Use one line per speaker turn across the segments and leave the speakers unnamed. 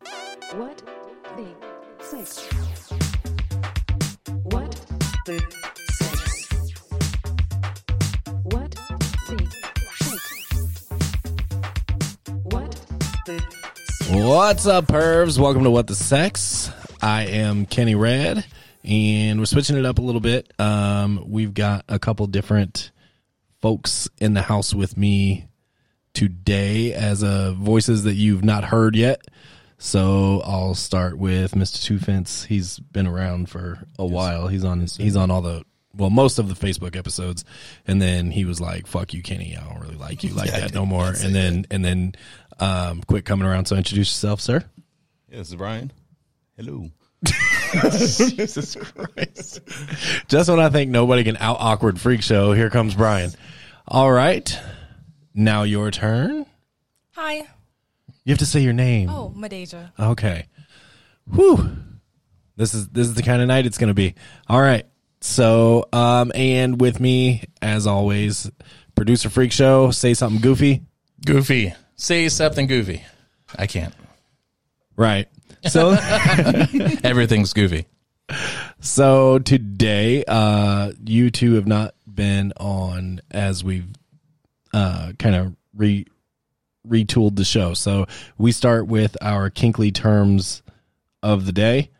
What the sex? What the sex? What the sex? What the sex?
What's up, pervs? Welcome to What the Sex. I am Kenny Red, and we're switching it up a little bit. Um, we've got a couple different folks in the house with me today as uh, voices that you've not heard yet. So I'll start with Mr. Two Fence. He's been around for a while. He's on he's on all the well, most of the Facebook episodes, and then he was like, "Fuck you, Kenny. I don't really like you like that no more." And then and then um, quit coming around. So introduce yourself, sir.
Yeah, this is Brian. Hello.
Jesus Christ. Just when I think nobody can out awkward freak show, here comes Brian. All right. Now your turn.
Hi.
You have to say your name.
Oh, Madeja.
Okay. Whew. This is this is the kind of night it's gonna be. All right. So um and with me, as always, producer freak show, say something goofy.
Goofy. Say something goofy. I can't.
Right. So
Everything's goofy.
So today, uh, you two have not been on as we've uh, kind of re retooled the show. So we start with our kinkly terms of the day,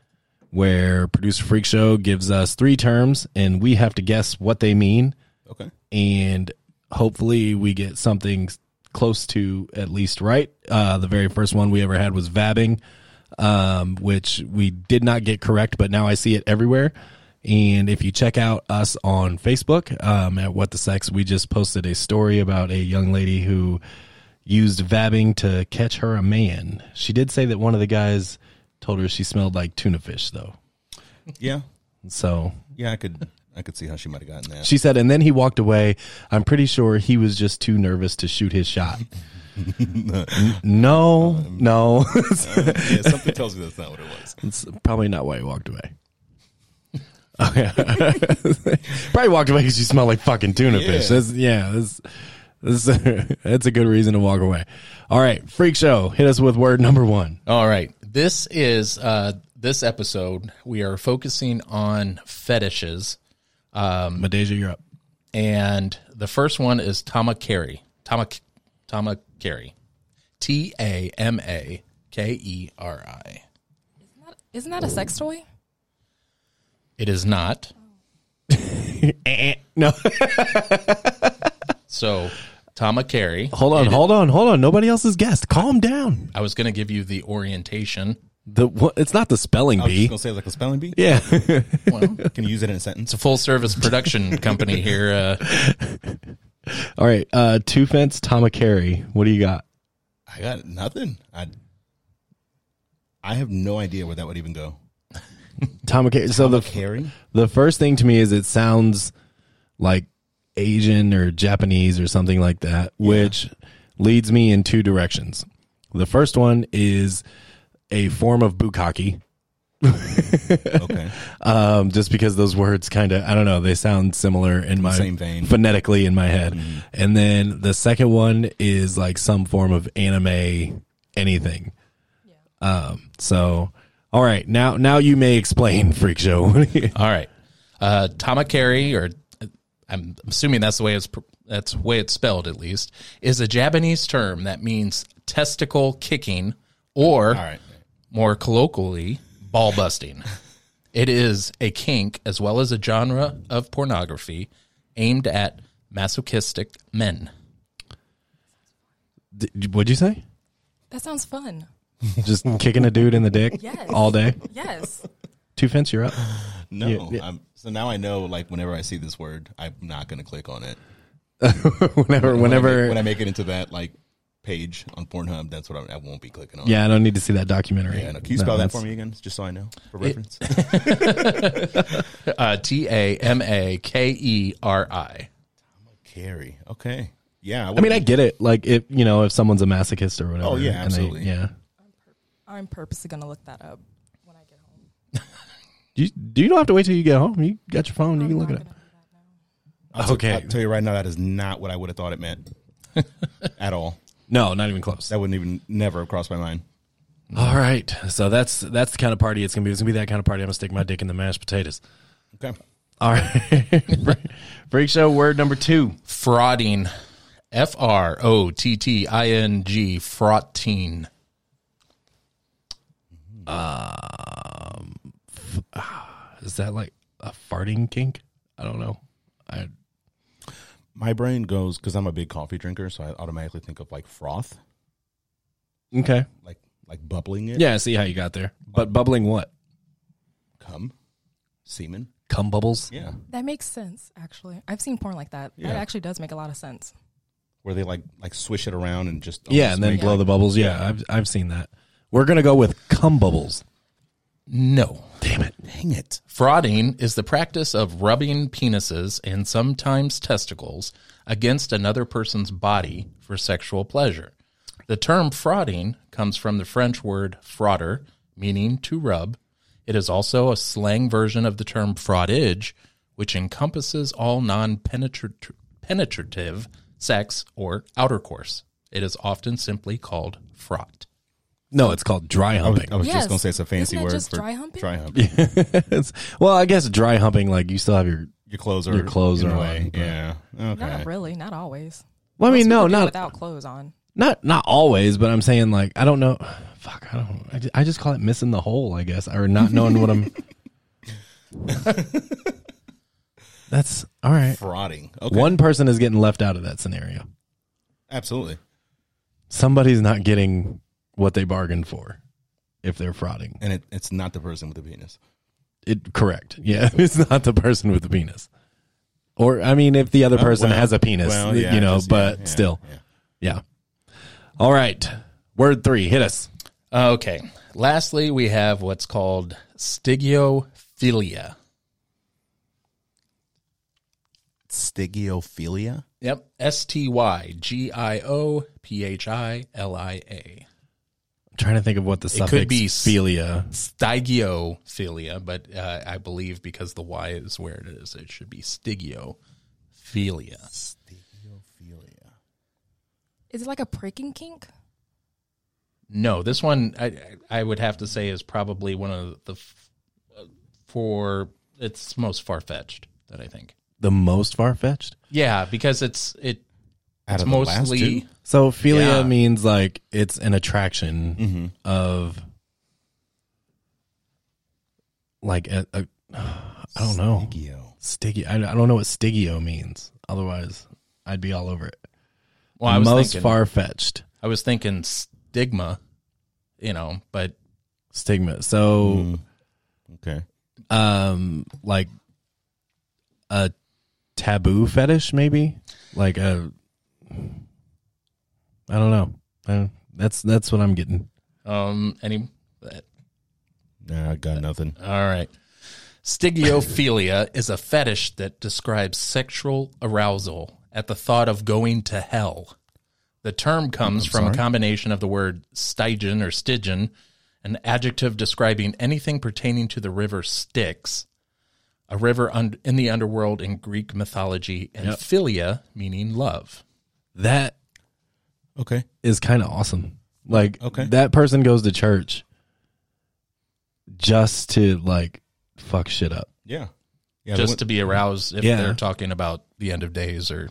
where producer freak show gives us three terms, and we have to guess what they mean,
Okay.
and hopefully we get something close to at least right. Uh, the very first one we ever had was vabbing um, which we did not get correct, but now I see it everywhere. And if you check out us on Facebook um, at What the Sex, we just posted a story about a young lady who used vabbing to catch her a man. She did say that one of the guys told her she smelled like tuna fish, though.
Yeah.
So
Yeah, I could I could see how she might have gotten that.
she said, and then he walked away. I'm pretty sure he was just too nervous to shoot his shot. N- no, no.
yeah, something tells me that's not what it was.
It's probably not why he walked away. Okay. probably walked away because you smell like fucking tuna fish. That's, yeah, that's, that's, that's a good reason to walk away. All right, freak show. Hit us with word number one.
All right. This is uh this episode we are focusing on fetishes
Madeja, you're up.
and the first one is tamakeri. Tamak tamakeri. T A M A K E R I.
Isn't that a sex toy?
It is not.
Eh, eh. No,
So tamakeri.
hold on, hold on, hold on. Nobody else has guessed. Calm down.
I was going to give you the orientation.
The what, it's not the spelling
I was just
bee.
gonna say like a spelling bee.
Yeah,
Can you use it in a sentence?
It's a full service production company here. Uh,
all right. Uh, two fence, Tomakari. What do you got?
I got nothing. I I have no idea where that would even go.
Tomakari. So the
Carrie?
The first thing to me is it sounds like Asian or Japanese or something like that, which leads me in two directions. The first one is a form of bukkake,
Okay.
um, just because those words kind of, I don't know, they sound similar in my
Same vein. Mm-hmm.
phonetically in my head. And then the second one is like some form of anime anything. Um, so, all right, now, now you may explain, Freak Show.
All right, uh, tamakeri, or uh, I'm assuming that's the way it's pr- that's the way it's spelled at least, is a Japanese term that means testicle kicking, or
All right.
more colloquially, ball busting. it is a kink as well as a genre of pornography aimed at masochistic men.
D- what'd you say?
That sounds fun.
just kicking a dude in the dick
Yes.
all day.
Yes.
Two fence, you're up.
No.
Yeah, yeah.
I'm, so now I know like whenever I see this word, I'm not gonna click on it.
whenever,
When I make-
whenever.
when I make it into that like page on Pornhub, that's what I'm, I won't be clicking on.
yeah, I don't need to see that documentary.
Yeah, no, can you
No,
spell that
that's-
for me again, just so I know for reference?
Uh, T A M A K E R I.
Carrie. Okay. Yeah.
I mean, I get it. Like, if you know, if someone's a masochist or whatever.
Oh, yeah,
and they-
absolutely.
yeah.
I'm purposely going to look that up when I get home.
You do you don't have to wait till you get home. You got your phone. You can look it up.
I'll
Okay.
T- I'll tell you right now, that is not what I would have thought it meant at all.
No, not even close.
That wouldn't even never have crossed my mind.
All right, so that's that's the kind of party it's gonna be. It's gonna be that kind of party. I'm gonna stick my dick in the mashed potatoes.
Okay.
All right, freak show word number two.
Frauding. F R O T T I N G. Frotting.
Is that like a farting kink? I don't know. I
My brain goes because I'm a big coffee drinker, so I automatically think of like froth,
okay.
like like bubbling it.
Yeah, I see how you got there. But bubbling what?
Cum, semen.
Cum bubbles.
Yeah.
That makes sense, actually. I've seen porn like that.
Yeah.
That actually does make a lot of sense.
Where they like like swish it around and just
Yeah, and then
make-
blow the bubbles. Yeah, I've I've seen that. We're gonna go with cum bubbles.
No.
Damn it.
Dang it!
Frauding is the practice of rubbing penises and sometimes testicles against another person's body for sexual pleasure. The term frauding comes from the French word frauder, meaning to rub. It is also a slang version of the term fraudage, which encompasses all non penetrative sex or outer course. It is often simply called fraught.
No, it's called dry
I was,
humping.
I was
Yes.
just gonna say it's a fancy
Isn't that
word
just
for
dry humping?
Dry humping.
It's- well, I guess dry humping, like you still have your.
Your clothes are
Your clothes
in
are
a way.
on, but-
yeah. Okay.
Not really, not always.
Well, I mean,
Most
no,
people do it
not
without clothes on.
not not always, but I'm saying like I don't know. Fuck, I don't. I ju- I just call it missing the hole, I guess, or not knowing what I'm. That's all right.
Frauding. Okay.
One person is getting left out of that scenario.
Absolutely.
Somebody's not getting what they bargained for if they're frauding.
And it, it's not the person with the penis.
It correct. Yeah, it's not the person with the penis. Or I mean if the other person
Oh, well,
has a penis,
well,
th-
yeah,
you know,
just- yeah,
but
yeah,
still.
yeah.
Yeah. All right. Word 3, hit us.
Uh, Okay. Lastly, we have what's called stigiophilia.
Stigiophilia.
Yep. S T Y G I O P H I L I A.
I'm trying to think of what the
could
suffix
be s-
philia.
Stigiophilia, but uh, I believe because the Y is where it is, it should be stigiophilia.
Stigiophilia.
Is it like a pricking kink?
No, this one I I would have to say is probably one of the f- for it's most far fetched that I think.
The most far fetched.
Yeah, because it's it
Out
it's
of the last
mostly
two?
So philia
Yeah. Mm-hmm.
means like it's an attraction of like a, a I don't know.
Stigio.
Stigio. I, I don't know what stigio means. Otherwise, I'd be all over it.
well, I was
most
thinking
far fetched
I was thinking stigma, you know, but
stigma. So,
Okay.
Mm.
um, like a taboo fetish, maybe like a. I don't know. I don't- that's that's what I'm getting.
um any
Nah, I got nothing.
All right. Stigiophilia is a fetish that describes sexual arousal at the thought of going to hell. The term comes from a combination of the word Stygian or Stygian, an adjective describing anything pertaining to the river Styx, a river un- in the underworld in Greek mythology, and
Yep.
philia, meaning love.
That
Okay.
is kind of awesome. Like
Okay.
that person goes to church just to like fuck shit up.
Yeah. Yeah. they,
just
went-
to be aroused if
Yeah.
they're talking about the end of days or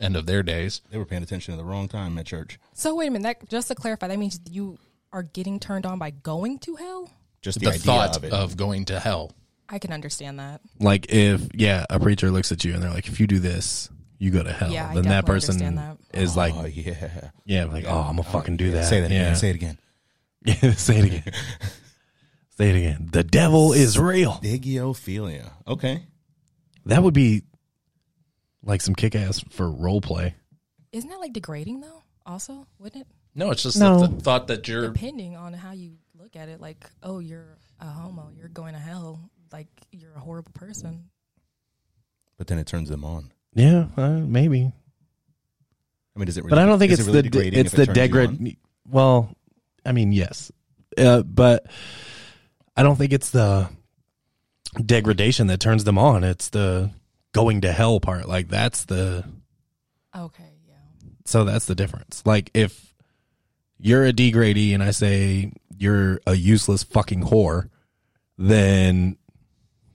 end of their days.
they were paying attention at the wrong time at church.
So wait a minute, that just to clarify, that means you are getting turned on by going to hell?
Just the,
The,
idea
thought
of it.
of going to hell.
I can understand that.
like if yeah a preacher looks at you and they're like if you do this you go to hell
Yeah, I
then that
definitely
person is
understand that.
like
oh yeah.
yeah like oh i'm gonna fucking do that
Say that
yeah.
again. Say it again.
yeah say it again say it again the devil is real
Digiophilia. Okay.
that would be like some kick-ass for role play
Isn't that like degrading though? Also, wouldn't it?
No, it's just
No.
the, the thought that you're
Depending on how you look at it, like, oh, you're a homo, you're going to hell, like you're a horrible person.
But then it turns them on.
yeah uh, maybe
I mean, does it? Really,
but i don't think
is
it's
it really
the de-
degrading
it's
if it
the
turns you on?
degrad well i mean yes uh, but i don't think it's the degradation that turns them on it's the going to hell part like that's the
Okay, yeah.
So that's the difference. Like if you're a degradee and I say you're a useless fucking whore, then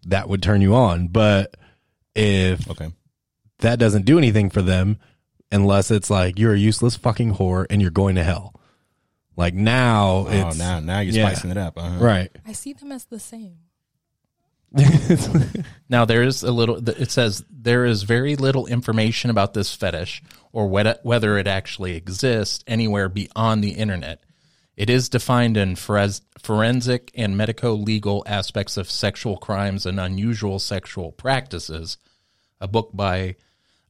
that would turn you on. But if
Okay.
that doesn't do anything for them unless it's like you're a useless fucking whore and you're going to hell. Like now
Oh,
it's
now now you're
yeah.
spicing it up. Uh-huh.
right.
I see them as the same.
Now there is a little. th- It says there is very little information about this fetish or whe- whether it actually exists anywhere beyond the internet. It is defined in forens- forensic and medico-legal aspects of sexual crimes and unusual sexual practices, a book by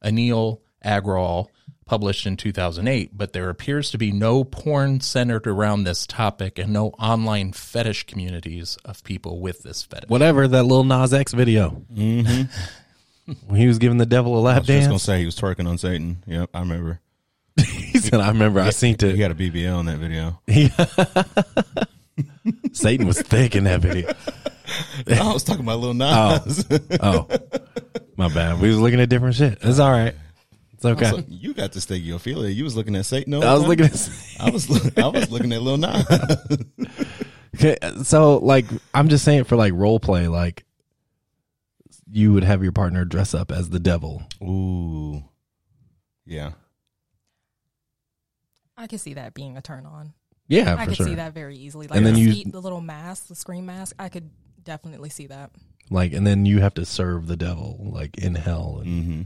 Anil Agrawal published in 2008. But there appears to be no porn centered around this topic and no online fetish communities of people with this fetish.
Whatever that little Nas X video. Mm-hmm. when he was giving the devil a
Mm-hmm. I
lap
was just gonna
dance.
say he was twerking on Satan. Yep, I remember.
He said, I remember I seen
He
it.
had a BBL in that video.
Satan was thick in that video.
I was talking about Lil Nas.
Oh. My bad. We was looking at different shit. It's all right. It's okay.
So you got this stegiophilia. You was looking at Satan. all
I was
the
looking
time.
at
I was loo- I was looking at Lil Nas.
Okay, so like I'm just saying for like role play, like you would have your partner dress up as the devil.
Ooh, yeah.
I could see that being a turn on.
Yeah,
I
for
could
sure.
see that very easily. Like
And then
the,
you-
seat- the little mask, the screen mask. I could definitely see that.
Like, and then you have to serve the devil, like in hell, and
Mm-hmm.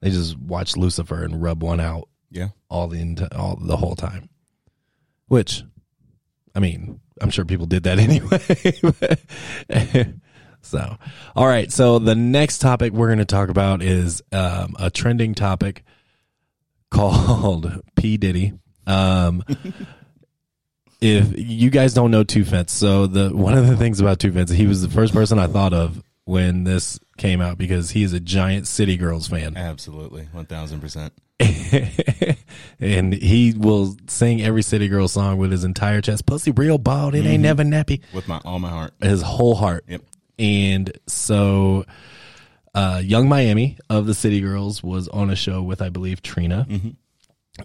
they just watch Lucifer and rub one out
Yeah.
all the enti- all the whole time. Which, I mean, I'm sure people did that anyway. so, all right. So the next topic we're going to talk about is um, a trending topic called P Diddy. Um, if you guys don't know Two Fence, so the one of the things about Two Fence, he was the first person I thought of when this came out because he is a giant City Girls fan.
Absolutely, one thousand percent.
and he will sing every city girl song with his entire chest. Pussy real bald, it ain't never nappy.
With my all my heart.
His whole heart.
Yep.
And so, uh, Young Miami of the City Girls was on a show with, I believe, Trina,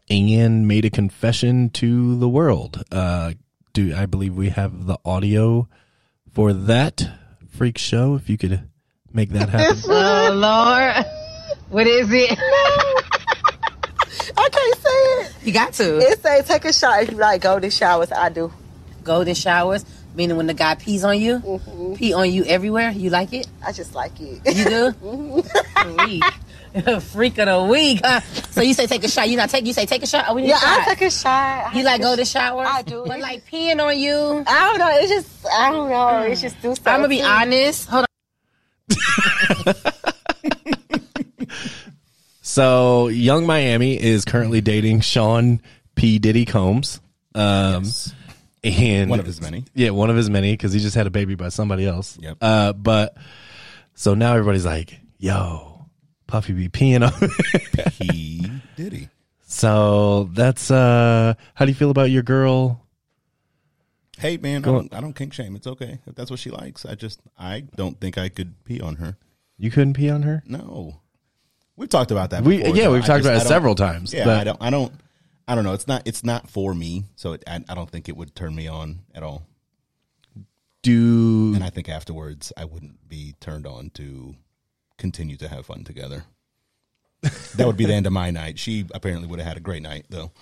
and made a confession to the world. Uh, do I believe we have the audio for that freak show? If you could make that happen.
Oh Lord, what is it?
I can't say it.
You got to
It say take a shot if you like golden showers. I do.
golden showers, meaning when the guy pees on you,
Mm-hmm.
pee on you everywhere. You like it?
I just like it.
You do?
Mm-hmm.
Freak. Freak of the week. Huh? So you say take a shot. You not take. You say take a shot. Oh, we need
yeah,
a
I
shot.
take a shot.
you like golden showers?
I do.
But like peeing on you.
I don't know. It's just I don't know. It's just do something.
I'm gonna be honest. Hold on.
So, Young Miami is currently dating Sean P. Diddy Combs. Um, and
One of his many.
Yeah, one of his many because he just had a baby by somebody else.
Yep.
Uh, but so now everybody's like, "Yo, Puffy be peeing on."
He Diddy.
so that's uh, how do you feel about your girl?
Hey man, I don't, I don't kink shame. It's okay if that's what she likes. I just I don't think I could pee on her.
You couldn't pee on her.
No, we've talked about that.
We
before,
yeah,
though.
we've
I
talked
just- I
about it
don't-
several times.
Yeah,
but
I don't. I don't. I don't know. It's not. It's not for me. So it, I, I don't think it would turn me on at all.
do
And I think afterwards, I wouldn't be turned on to continue to have fun together. That would be the end of my night. She apparently would have had a great night, though.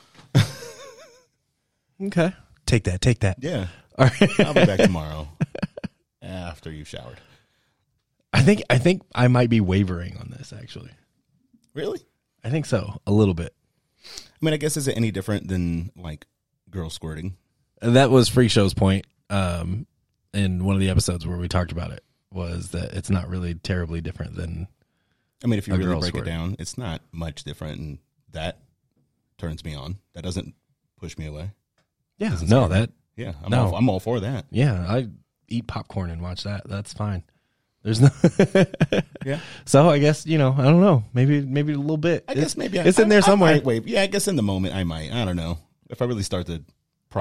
okay. Take that. Take that.
Yeah,
All right.
I'll be back tomorrow after you've showered.
I think I think I might be wavering on this actually.
Really?
I think so, a little bit.
I mean, I guess is it any different than like girl squirting?
that was Freak Show's point um, in one of the episodes where we talked about it was that it's not really terribly different than
I mean, if you
A
really
girl
break
squirt.
it down, it's not much different, and that turns me on. That doesn't push me away.
yeah no that
Yeah, I'm,
No.
all, I'm all for that.
yeah I eat popcorn and watch that that's fine there's no
Yeah.
so I guess you know I don't know maybe maybe a little bit
I guess maybe I,
it's in
I-
there
I
somewhere
might wave. Yeah, I guess in the moment I might. I don't know if I really start to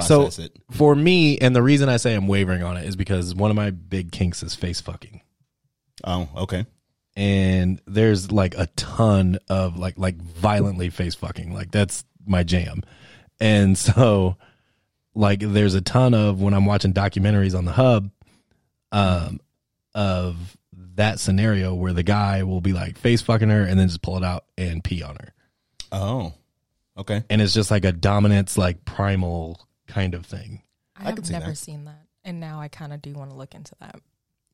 so
process it.
for me and the reason I say I'm wavering on it is because one of my big kinks is face fucking
Oh, okay.
and there's like a ton of like like violently face fucking like that's my jam and so like there's a ton of when I'm watching documentaries on the hub um of that scenario where the guy will be like face fucking her and then just pull it out and pee on her.
Oh, okay.
And it's just like a dominance like primal kind of thing.
I,
I
have
could see
never
that.
seen that, and now I kind of do want to look into that.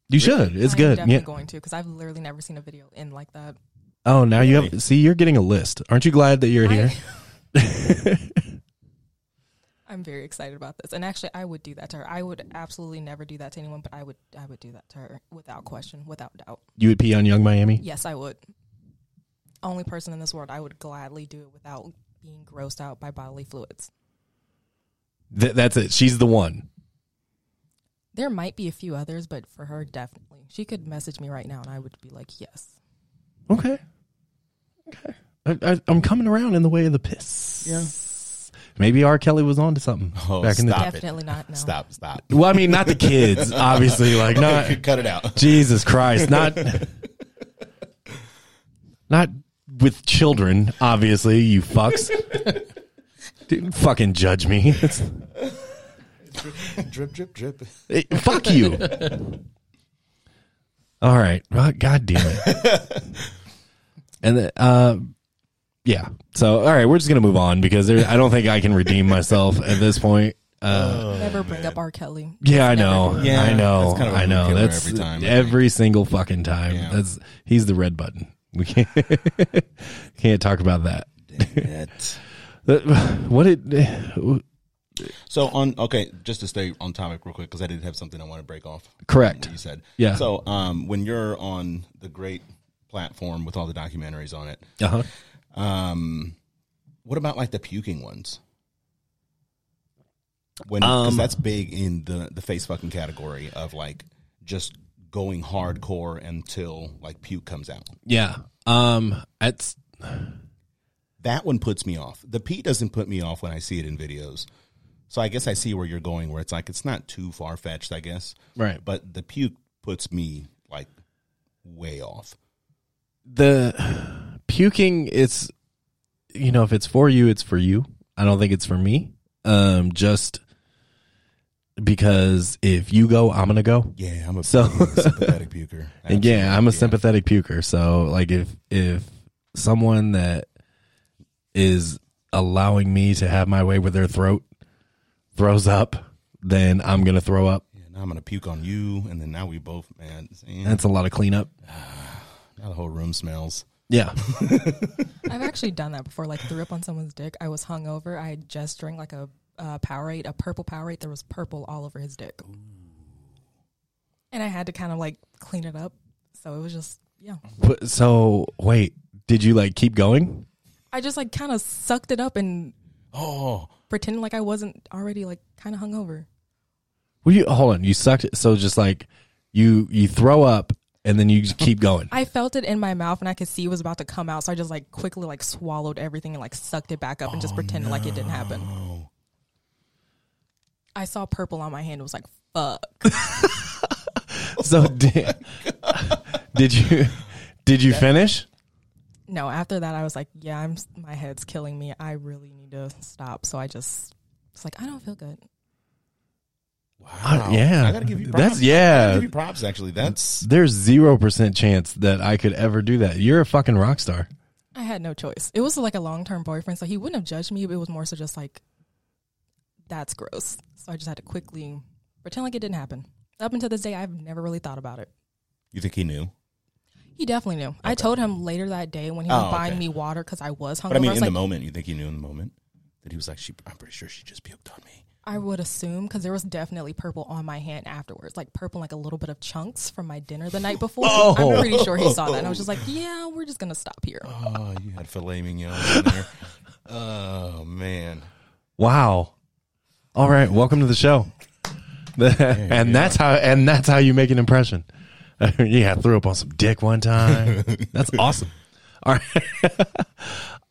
You should. It's
I am
good.
Definitely
Yeah.
going to because I've literally never seen a video in like that.
Oh, now you
Really?
have see you're getting a list. Aren't you glad that you're
I-
here?
I'm very excited about this, and actually, I would do that to her. I would absolutely never do that to anyone, but I would, I would do that to her without question, without doubt.
You would pee on Young Miami?
Yes, I would. Only person in this world I would gladly do it without being grossed out by bodily fluids.
Th- that's it. She's the one.
There might be a few others, but for her, definitely. She could message me right now, and I would be like, yes.
Okay. Okay. I, I, I'm coming around in the way of the piss. Yeah. Maybe R. Kelly was on to something
Oh,
back in the
stop it.
Definitely not, no.
Stop, stop.
Well, I mean, not the kids, obviously. Like, not
Cut it out.
Jesus Christ, not not with children, obviously. You fucks, Dude, fucking judge me. It's-
drip, drip, drip.
Hey, fuck you. All right. Well, God damn it. and then, uh, yeah. So, all right, we're just gonna move on because there, I don't think I can redeem myself at this point. Uh,
Never bring up R. Kelly.
yeah, I
Never
know.
do that.
Yeah,
I know.
that's kind of a
I know.
killer
That's
every
every
time, I
single fucking time.
Yeah.
That's he's the red button. We can't can't talk about that. That- What it?
So on okay, just to stay on topic real quick because I did have something I want to break off.
Correct.
You said
Yeah.
So um, when you're on the great platform with all the documentaries on it,
Uh huh.
um, what about like the puking ones? When 'cause
Um,
that's big in the the face fucking category of like just going hardcore until like puke comes out.
Yeah. Um. That's
That one puts me off. The pee doesn't put me off when I see it in videos. So I guess I see where you're going, where it's like it's not too far fetched, I guess.
right.
But the puke puts me like way off.
the puking it's you know if it's for you it's for you i don't think it's for me um just because if you go i'm gonna go
Yeah, I'm a
So-
sympathetic puker.
and yeah i'm a sympathetic puker so like if if someone that is allowing me to have my way with their throat throws up then i'm gonna throw up
Yeah, now I'm gonna puke on you, and then now we both man. And
that's a lot of cleanup
now the whole room smells.
yeah
I've actually done that before. Like threw up on someone's dick. I was hungover. I had just drank like a uh, Powerade, a purple Powerade. There was purple all over his dick, and I had to kind of like clean it up. So it was just yeah.
but so wait did you like keep going
I just like kind of sucked it up and
Oh,
pretended like I wasn't already like kind of hungover.
Well, you hold on. You sucked. it- So just like you, you throw up and then you just keep going.
I felt it in my mouth, and I could see it was about to come out. So I just like quickly like swallowed everything and like sucked it back up and just pretended like it didn't happen. I saw purple on my hand. It was like fuck.
So did, did you did you finish?
no, after that, I was like, yeah, I'm my head's killing me. I really need to stop. So I just it's like I don't feel good.
Uh, yeah,
I gotta give you props.
that's
I gotta
yeah.
give you props. Actually, that's
There's zero percent chance that I could ever do that. You're a fucking rock star.
I had no choice. It was like a long term boyfriend, so he wouldn't have judged me. But it was more so just like that's gross. So I just had to quickly pretend like it didn't happen. Up until this day, I've never really thought about it.
you think he knew,
He definitely knew. I told him later that day when he
Oh,
was buying
okay.
me water because I was hungover.
but I mean,
was
in
like,
the moment, you think he knew in the moment that he was like, she, I'm pretty sure she just puked on me.
I would assume because there was definitely purple on my hand afterwards, like purple, like a little bit of chunks from my dinner the night before. I'm pretty sure he saw that, and I was just like, "Yeah, we're just gonna stop here."
Oh, you had filet mignon in there. oh man,
Wow. All right, welcome to the show. and that's how and that's how you make an impression. yeah, I threw up on some dick one time. That's awesome. All right.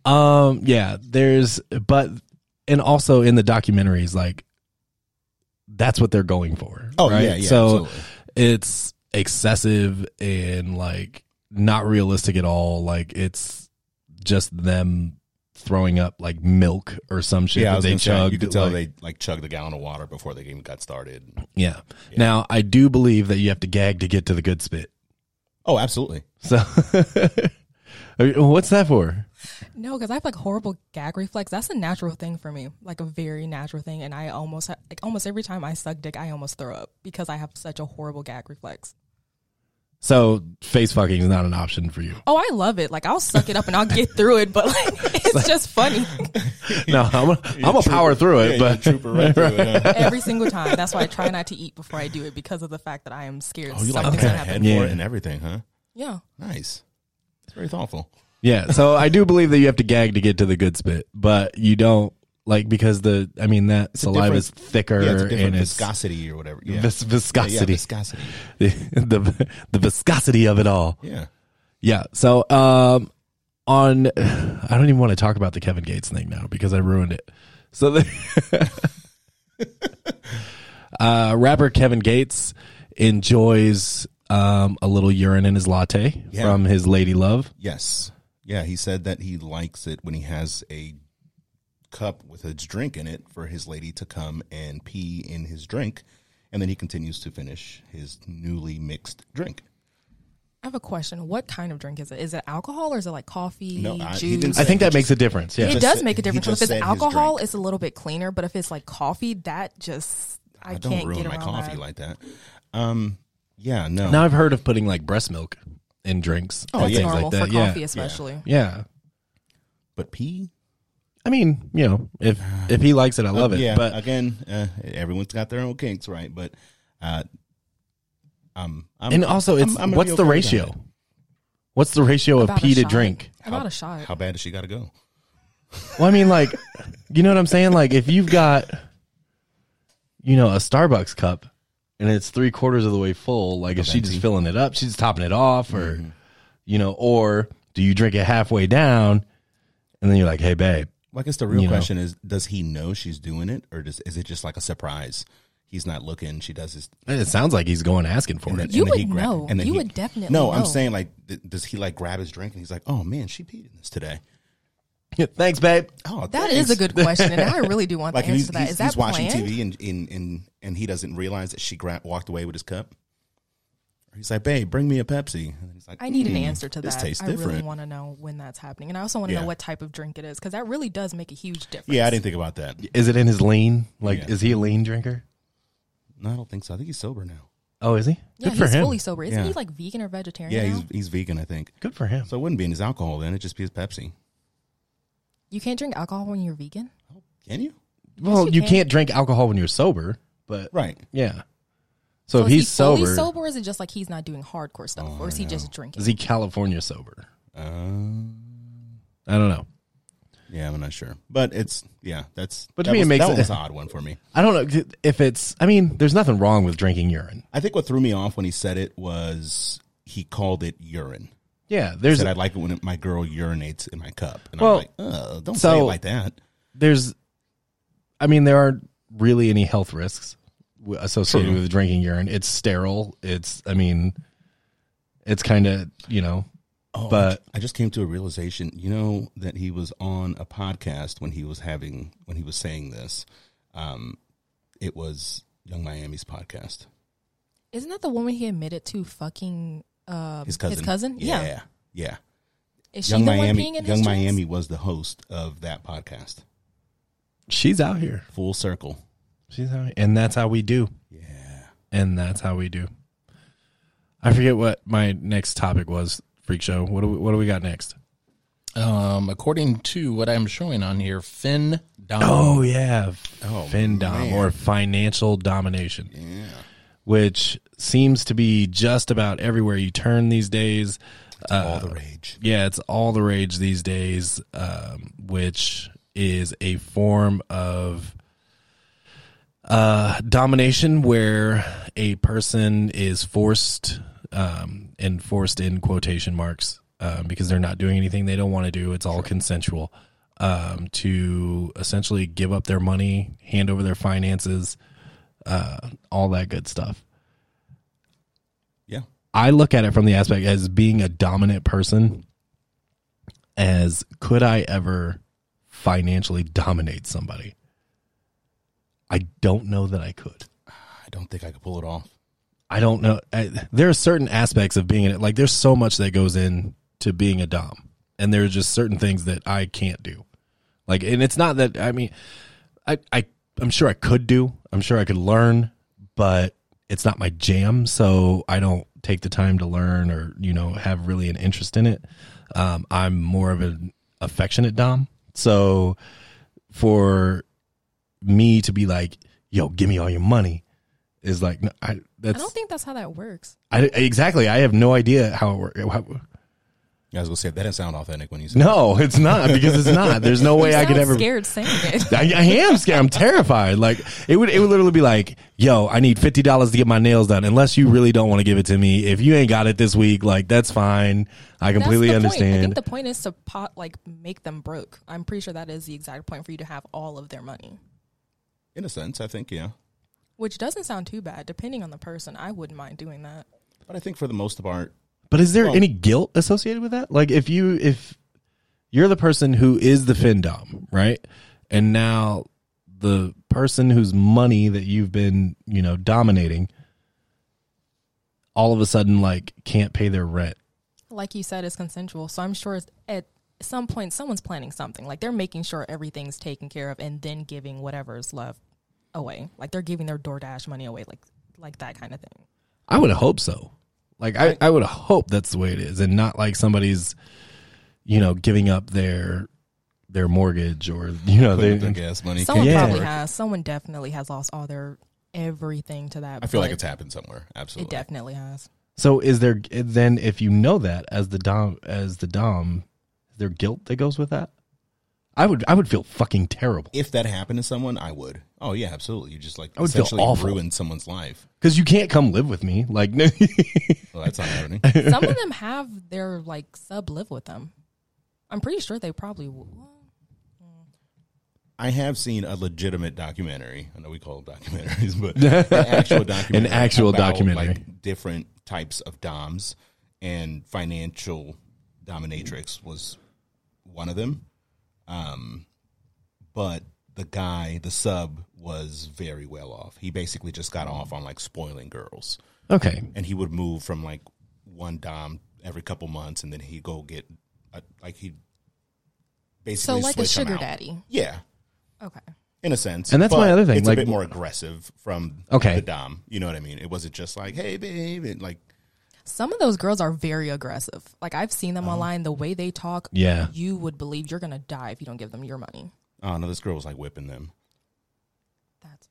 um yeah, there's but and also in the documentaries like that's what they're going for.
Oh,
right?
yeah, yeah,
So
absolutely.
it's excessive and like not realistic at all. Like it's just them throwing up like milk or some shit
Yeah, I
that
was
they
gonna say,
chugged.
you could tell
like-
they like chugged the gallon of water before they even got started.
yeah. Now I do believe that you have to gag to get to the good spit.
Oh, absolutely.
So what's that for?
No, because I have like horrible gag reflex. That's a natural thing for me, like a very natural thing. And I almost ha- like almost every time I suck dick, I almost throw up because I have such a horrible gag reflex.
So face fucking is not an option for you.
Oh, I love it. Like I'll suck it up and I'll get through it, but like it's just funny
No, I'm a, I'm a power through it, but
trooper right through it. huh?
every single time. That's why I try not to eat before I do it because of the fact that I am scared
Oh, you like
something's
prepared
gonna
ahead
happen.
Yeah.
for it and everything, huh?
Yeah.
Nice. It's very thoughtful.
yeah. So I do believe that you have to gag to get to the good spit, but you don't like because the I mean that
a
saliva
different-
is thicker
Yeah, it's a different
and it's
viscosity or whatever. Yeah.
vis-
Yeah, yeah,
viscosity.
viscosity.
the, the the viscosity of it all.
Yeah.
Yeah. So um on I don't even want to talk about the Kevin Gates thing now because I ruined it. So the uh rapper Kevin Gates enjoys um a little urine in his latte
Yeah.
from his lady love.
Yes. Yeah, he said that he likes it when he has a cup with his drink in it for his lady to come and pee in his drink, and then he continues to finish his newly mixed drink.
I have a question. What kind of drink is it? Is it alcohol or is it like coffee,
No, I- he
juice?
didn't
I think that
He just-
makes a difference. Yeah.
it
just
does
said-
make a
he
difference. But
just
if it's
said his
alcohol,
drink.
it's a little bit cleaner. But if it's like coffee, that just I,
I,
can't
don't ruin
get
my
around
coffee
that.
like that. Um, yeah, no.
Now I've heard of putting like breast milk in drinks.
Oh,
and
That's
yeah,
things
normal
like that.
for
yeah.
coffee, especially.
Yeah.
but pee?
I mean, you know, if if he likes it, I love it.
yeah,
but
again, uh, everyone's got their own kinks, right? But uh, um, I'm,
and also it's
I'm- I'm gonna
what's
be
the
okay with
ratio? What's the ratio of
About a
pee to
shot.
drink?
About a
that.
shot.
how bad does she got to go?
Well, I mean, like, you know what I'm saying? Like, if you've got, you know, a Starbucks cup and it's three quarters of the way full, like, is she just filling it up? She's topping it off, or,
Mm-hmm.
you know, or do you drink it halfway down and then you're like, hey, babe,
Well, I guess the real
You know.
question is: Does he know she's doing it, or does is it just like a surprise? He's not looking. She does his.
it sounds like he's going asking for it.
You
then he
would
grab-
know.
and then
You
he-
would definitely
No, I'm
know.
saying like, th- does he like grab his drink and he's like, "Oh man, she peed in this today."
Thanks, babe.
Oh,
That is a
thanks.
good question, and I really do want
Like
the answer
he's,
to that.
he's,
Is that
he's watching
planned?
TV and and, and and he doesn't realize that she gra- walked away with his cup. Or He's like, "Babe, bring me a Pepsi." And he's like,
I need an
"Mm,
answer to
this
that.
tastes
I
different.
really want to know when that's happening, and I also want to
Yeah.
know what type of drink it is because that really does make a huge difference.
yeah, I didn't think about that.
Is it in his lean? Like,
Yeah.
is he a lean drinker?
No, I don't think so. I think he's sober now.
Oh, is he?
Yeah,
Good
he's
for him.
fully sober. Isn't
Yeah.
he like vegan or vegetarian?
Yeah,
now?
he's he's vegan, I think.
Good for him.
So it wouldn't be in his alcohol then. It'd just be his Pepsi.
you can't drink alcohol when you're vegan.
Can you?
Well,
you
you
can.
can't drink alcohol when you're sober, but
Right.
yeah. So, if
is
he's
he fully
sober,
sober, or is it just like he's not doing hardcore stuff,
Oh,
or is he just drinking?
is he California sober? Uh,
Um,
I don't know.
yeah, I'm not sure, but it's yeah. That's
But to
that
me, it
was,
makes
that
it-
one was an odd one for me.
I don't know if it's. I mean, there's nothing wrong with drinking urine.
I think what threw me off when he said it was he called it urine.
Yeah,
He
there's
said I like it when my girl urinates in my cup, and
Well,
I'm like, Ugh, don't
so-
say it like that.
there's. I mean, there aren't really any health risks w- associated
True.
with drinking urine. It's sterile. It's. I mean, it's kind of you know.
Oh, I
But-
ju- I just came to a realization, you know, that he was on a podcast when he was having when he was saying this. Um, it was Young Miami's podcast.
Isn't that the woman he admitted to fucking uh,
His cousin.
Yeah.
yeah, yeah.
Is she the
Young Miami.
one peeing in
Young
his drinks?
Miami was the host of that podcast.
She's out here.
Full circle.
She's out, and that's how we do.
Yeah.
And that's how we do. I forget what my next topic was. Freak show. What do we, what do we got next?
Um, according to what I'm showing on here, Finn Dom.
Oh yeah,
Oh,
FinDom
man.
or financial domination, which seems to be just about everywhere you turn these days.
all
Uh,
the rage.
Yeah, it's all the rage these days, um, which is a form of uh, domination where a person is forced, um, and forced in quotation marks, um, because they're not doing anything they don't want to do. It's all consensual. Um, to essentially give up their money, hand over their finances, uh, all that good stuff.
Yeah.
I look at it from the aspect as being a dominant person as could I ever financially dominate somebody. I don't know that I could.
I don't think I could pull it off.
I don't know. I, there are certain aspects of being like there's so much that goes in to being a dom, and there are just certain things that I can't do. Like, and it's not that I mean, I I I'm sure I could do. I'm sure I could learn, but it's not my jam. So I don't take the time to learn or you know have really an interest in it. Um, I'm more of an affectionate dom. So for me to be like, yo, give me all your money is like no, I
I
that's
don't think that's how that works.
I, exactly. I have no idea how it works.
I was gonna say that didn't sound authentic when you said
No, it's not because it's not. There's no way
You
I could
sound
ever.
scared saying it.
I, I am scared. I'm terrified. Like it would. It would literally be like, "Yo, I need fifty dollars to get my nails done. Unless you really don't want to give it to me. If you ain't got it this week, like that's fine. I completely
That's the point. I
understand.
think the point is to pot like make them broke. I'm pretty sure that is the exact point for you to have all of their money,
in a sense. I think yeah,
which doesn't sound too bad. Depending on the person, I wouldn't mind doing that.
but I think for the most part,
But is there
Well-
any guilt associated with that? Like if you if you're the person who is the findom, right? And now the person whose money that you've been, you know, dominating all of a sudden like can't pay their rent.
Like you said, it's consensual, so I'm sure it's- at some point someone's planning something. Like they're making sure everything's taken care of, and then giving whatever is left away. Like they're giving their DoorDash money away, like like that kind of thing.
I would hope so. Like I, I would hope that's the way it is and not like somebody's you know, giving up their their mortgage or you know,
putting up
they
their gas money.
Someone
Yeah.
probably has. Someone definitely has lost all their everything to that.
I feel like
but
it's happened somewhere. Absolutely.
It definitely has.
So is there then if you know that as the dom as the dom, is there guilt that goes with that? I would I would feel fucking terrible
if that happened to someone, I would. Oh yeah, absolutely. You just like
I would feel
essentially
awful.
ruined someone's life.
because you can't come live with me. Like no,
Well, that's not happening.
Some of them have their like sub live with them. I'm pretty sure they probably will.
I have seen a legitimate documentary. I know we call them documentaries, but an actual documentary.
actual documentary.
like, different types of DOMs and financial dominatrix was one of them. Um, but the guy, the sub, was very well off. He basically just got off on like spoiling girls.
okay,
and he would move from like one dom every couple months, and then he'd go get a, like he
So
basically
like a
switch 'em
sugar
out.
daddy.
Yeah,
Okay.
in a sense,
And that's
but
my other thing,
It's
like-
a bit more aggressive from
Okay.
the dom. You know what I mean? It wasn't just like hey babe, and like
Some of those girls are very aggressive. Like I've seen
Uh-huh.
them online. The way they talk,
yeah.
you would believe you're gonna die if you don't give them your money.
oh no, this girl was like whipping them
That's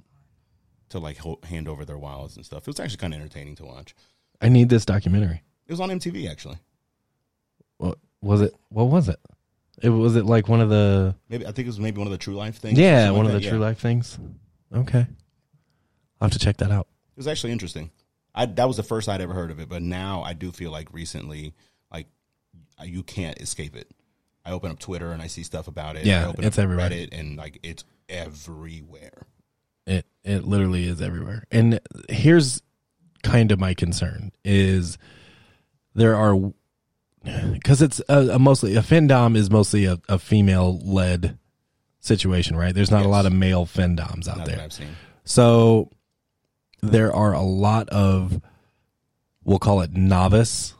to like ho- hand over their wallets and stuff. It was actually kind of entertaining to watch.
I need this documentary.
It was on MTV actually.
What was it? What was it? It was it like one of the
Maybe I think it was maybe one of the True Life things. or
yeah
something
one of
like
the
that,
true
yeah.
life things. Okay, I'll have to check that out.
It was actually interesting. I that was the first I'd ever heard of it, but now I do feel like recently, like I- you can't escape it. I open up Twitter and I see stuff about it.
Yeah,
I open
it's
up
everywhere.
Reddit and like it's everywhere.
It it literally is everywhere. And here's kind of my concern is there are because it's a, a mostly a fendom is mostly a, a female led situation, right? There's not a
Yes.
lot of male fendoms out
Not
there.
that I've seen.
So there are a lot of we'll call it novice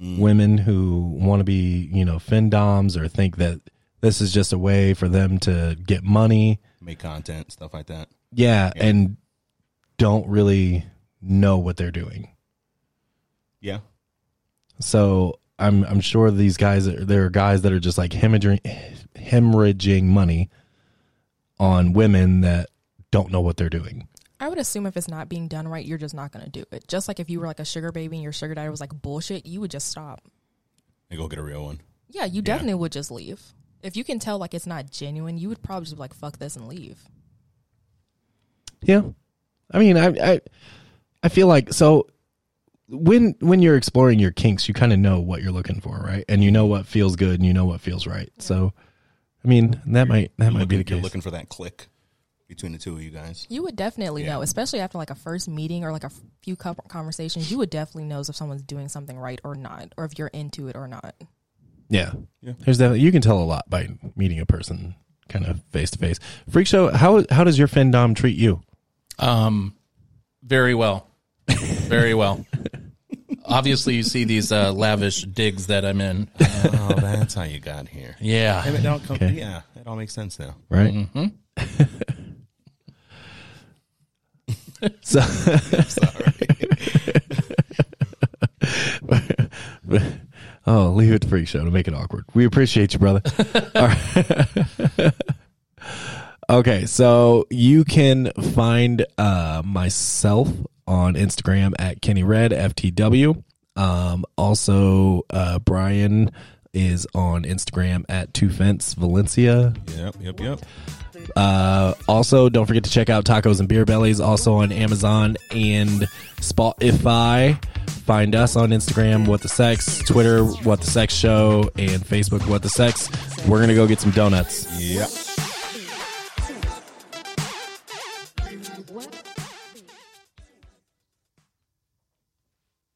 Mm.
women who want to be, you know, fendoms or think that this is just a way for them to get money
Make content stuff like that.
yeah, and don't really know what they're doing.
Yeah,
So I'm I'm sure these guys are- there are guys that are just like hemorrhaging hemorrhaging money on women that don't know what they're doing.
I would assume if it's not being done right, you're just not gonna do it. Just like if you were like a sugar baby and your sugar daddy was like bullshit, you would just stop.
they go get a real one.
Yeah, you definitely would just leave. If you can tell like it's not genuine, you would probably just be like fuck this and leave.
Yeah. I mean, I I I feel like so when when you're exploring your kinks, you kind of know what you're looking for, right? And you know what feels good and you know what feels right. So I mean, that might that might be the
You're
case.
looking for that click between the two of you guys.
You would definitely
Yeah.
know, especially after like a first meeting or like a f- few co- conversations. You would definitely know if someone's doing something right or not, or if you're into it or not.
Yeah. There's definitely you can tell a lot by meeting a person kind of face to face. Freak show, how how does your fandom treat you?
Um, very well, very well. Obviously, you see these uh, lavish digs that I'm in. Uh,
Oh, that's how you got here.
yeah,
And it all come, Yeah, it all makes sense now.
Right? so oh, leave it to freak show to make it awkward. We appreciate you, brother. All right. okay, so you can find uh, myself on Instagram at Kenny Red FTW. Um, also, uh, Brian is on Instagram at Two Fence Valencia.
Yep, yep, yep.
Uh, also, don't forget to check out Tacos and Beer Bellies, also on Amazon and Spotify. Find us on Instagram, What the Sex, Twitter, What the Sex Show, and Facebook, What the Sex. We're going to go get some donuts.
Yep.